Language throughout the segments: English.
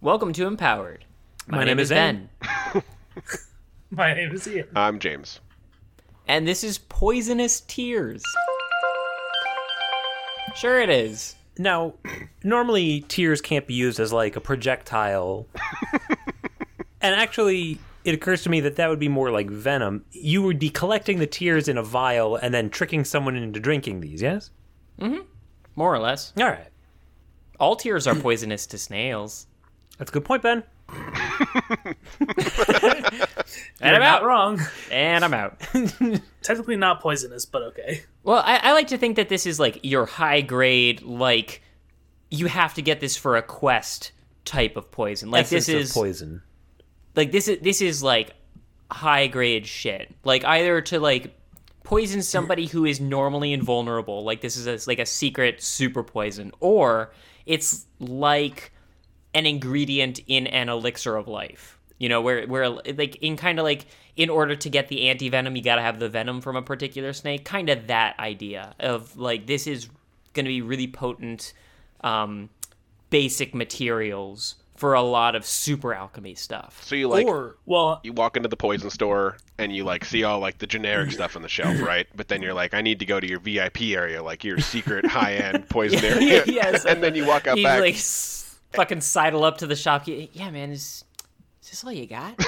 Welcome to Empowered. My name is Ian. My name is Ian. I'm James. and this is Poisonous Tears. Sure, it is. Now, normally tears can't be used as like a projectile. and actually, it occurs to me that that would be more like venom. You would be collecting the tears in a vial and then tricking someone into drinking these, yes? More or less. All right. All tears are poisonous to snails. That's a good point, Ben. And I'm out. wrong. And I'm out. Technically not poisonous, but okay. Well, I, I like to think that this is like your high grade, like you have to get this for a quest type of poison. Like Essence this is of poison. like this is this is like high grade shit. Like either to like poison somebody who is normally invulnerable, like this is a, like a secret super poison, or it's like an ingredient in an elixir of life. You know, where where like in kind of like in order to get the anti venom, you got to have the venom from a particular snake. Kind of that idea of like this is going to be really potent, um, basic materials for a lot of super alchemy stuff. So you like or well, you walk into the poison store and you like see all like the generic stuff on the shelf, right? But then you're like, I need to go to your VIP area, like your secret high end poison area. yes. and then you walk out He's back. like s- fucking sidle up to the shopkeeper. Yeah, man, is, is this all you got?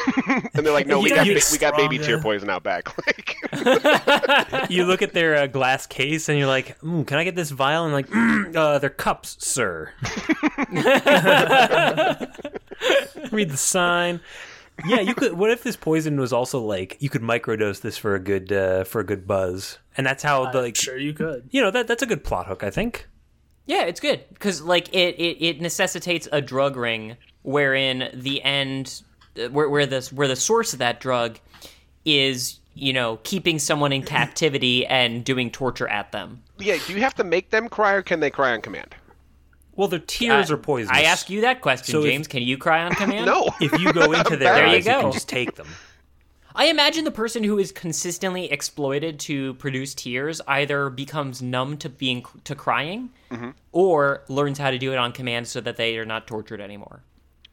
And they're like, no, we You got get ba- we got baby stronger. tear poison out back. Like, you look at their uh, glass case and you're like, mm, can I get this vial? And like, mm, uh, they're cups, sir. Read the sign. Yeah, you could. What if this poison was also like you could microdose this for a good uh, for a good buzz, and that's how the like sure you could. you know that that's a good plot hook, I think. yeah, it's good because like it, it it necessitates a drug ring wherein the end uh, where where the where the source of that drug is you know keeping someone in captivity and doing torture at them. yeah, do you have to make them cry or can they cry on command? Well, their tears I- are poisonous. I ask you that question, So if- James. Can you cry on command? No. if you go into their There you eyes, you, go. can just take them. I imagine the person who is consistently exploited to produce tears either becomes numb to being to crying, or learns how to do it on command so that they are not tortured anymore.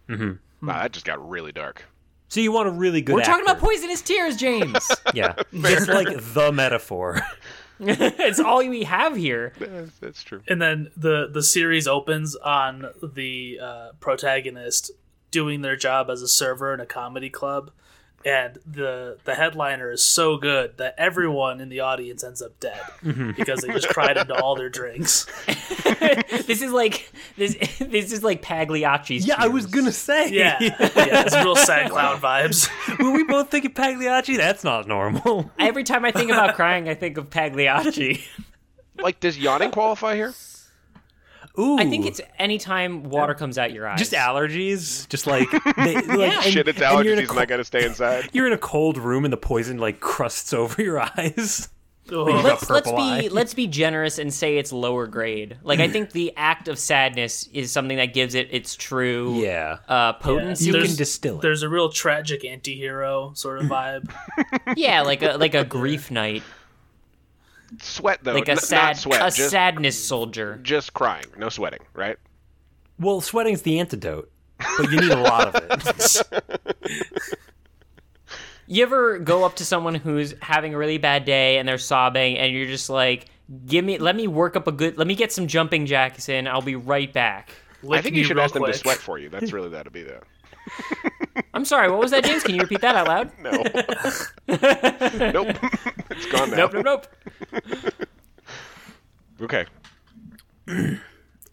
Wow, that just got really dark. So you want a really good. We're talking about actor. poisonous tears, James. yeah. It's like the metaphor. it's all we have here. Yeah, that's true. And then the the series opens on the uh, protagonist doing their job as a server in a comedy club, and the the headliner is so good that everyone in the audience ends up dead because they just cried into all their drinks. This is like this. This is like Pagliacci's. Yeah, I was tears. gonna say. Yeah, yeah, it's real sad clown vibes. Were we both thinking Pagliacci? That's not normal. Every time I think about crying, I think of Pagliacci. Like, does yawning qualify here? Ooh, I think it's anytime water comes out your eyes. just allergies. Just like, they, like and- Shit, it's and you're in a allergies, and I gotta stay inside. You're in a cold room and the poison like crusts over your eyes. Oh. got let's let's be purple eye. let's be generous and say it's lower grade. Like I think the act of sadness is something that gives it its true Yeah. uh, potency. you Yeah, there's- can distill it. There's a real tragic anti-hero sort of vibe. like a like a grief night, Sweat though, like a n- sad not sweat, a just sadness soldier. just crying, no sweating, right? Well, sweating's the antidote, but you need a lot of it. You ever go up to someone who's having a really bad day and they're sobbing, and you're just like, "Give me, let me work up a good, let me get some jumping jacks in. I'll be right back." I Lick think me you should real ask them to quick. sweat for you. That's really that'd be that. I'm sorry, what was that, James? Can you repeat that out loud? No. nope. it's gone now. Nope, nope, nope. Okay.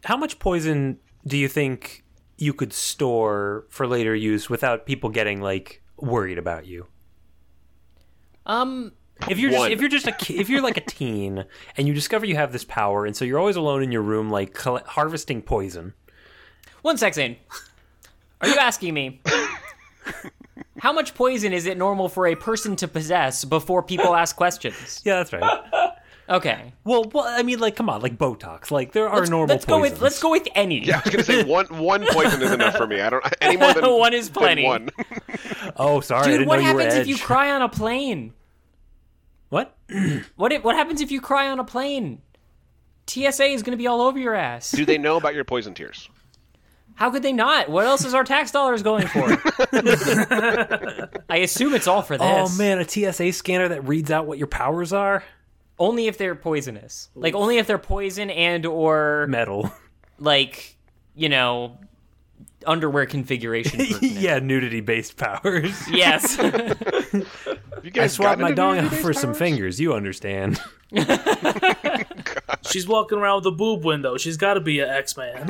How much poison do you think you could store for later use without people getting like worried about you? Um, if you're One. just if you're just a ki- if you're like a teen and you discover you have this power and so you're always alone in your room like coll- harvesting poison One second. Are you asking me? How much poison is it normal for a person to possess before people ask questions? yeah that's right Okay. well, well i mean like come on like botox like there are normal let's go with poisons. let's go with any. Yeah, I was gonna say one one poison is enough for me. I don't any more than One is than plenty. one. oh sorry I Dude, didn't what know you were happens if you edge. cry on a plane? what What if, what happens if you cry on a plane? TSA is going to be all over your ass. Do they know about your poison tears? How could they not? What else is our tax dollars going for? I assume it's all for this. Oh man, a TSA scanner that reads out what your powers are? Only if they're poisonous. Like only if they're poison and or Metal. like, you know, underwear configuration. pertinent. yeah, nudity based powers. Yes. Have you I guys swapped gotten my into dong nudity out for based some powers? fingers, you understand. She's walking around with a boob window. She's got to be an X Man.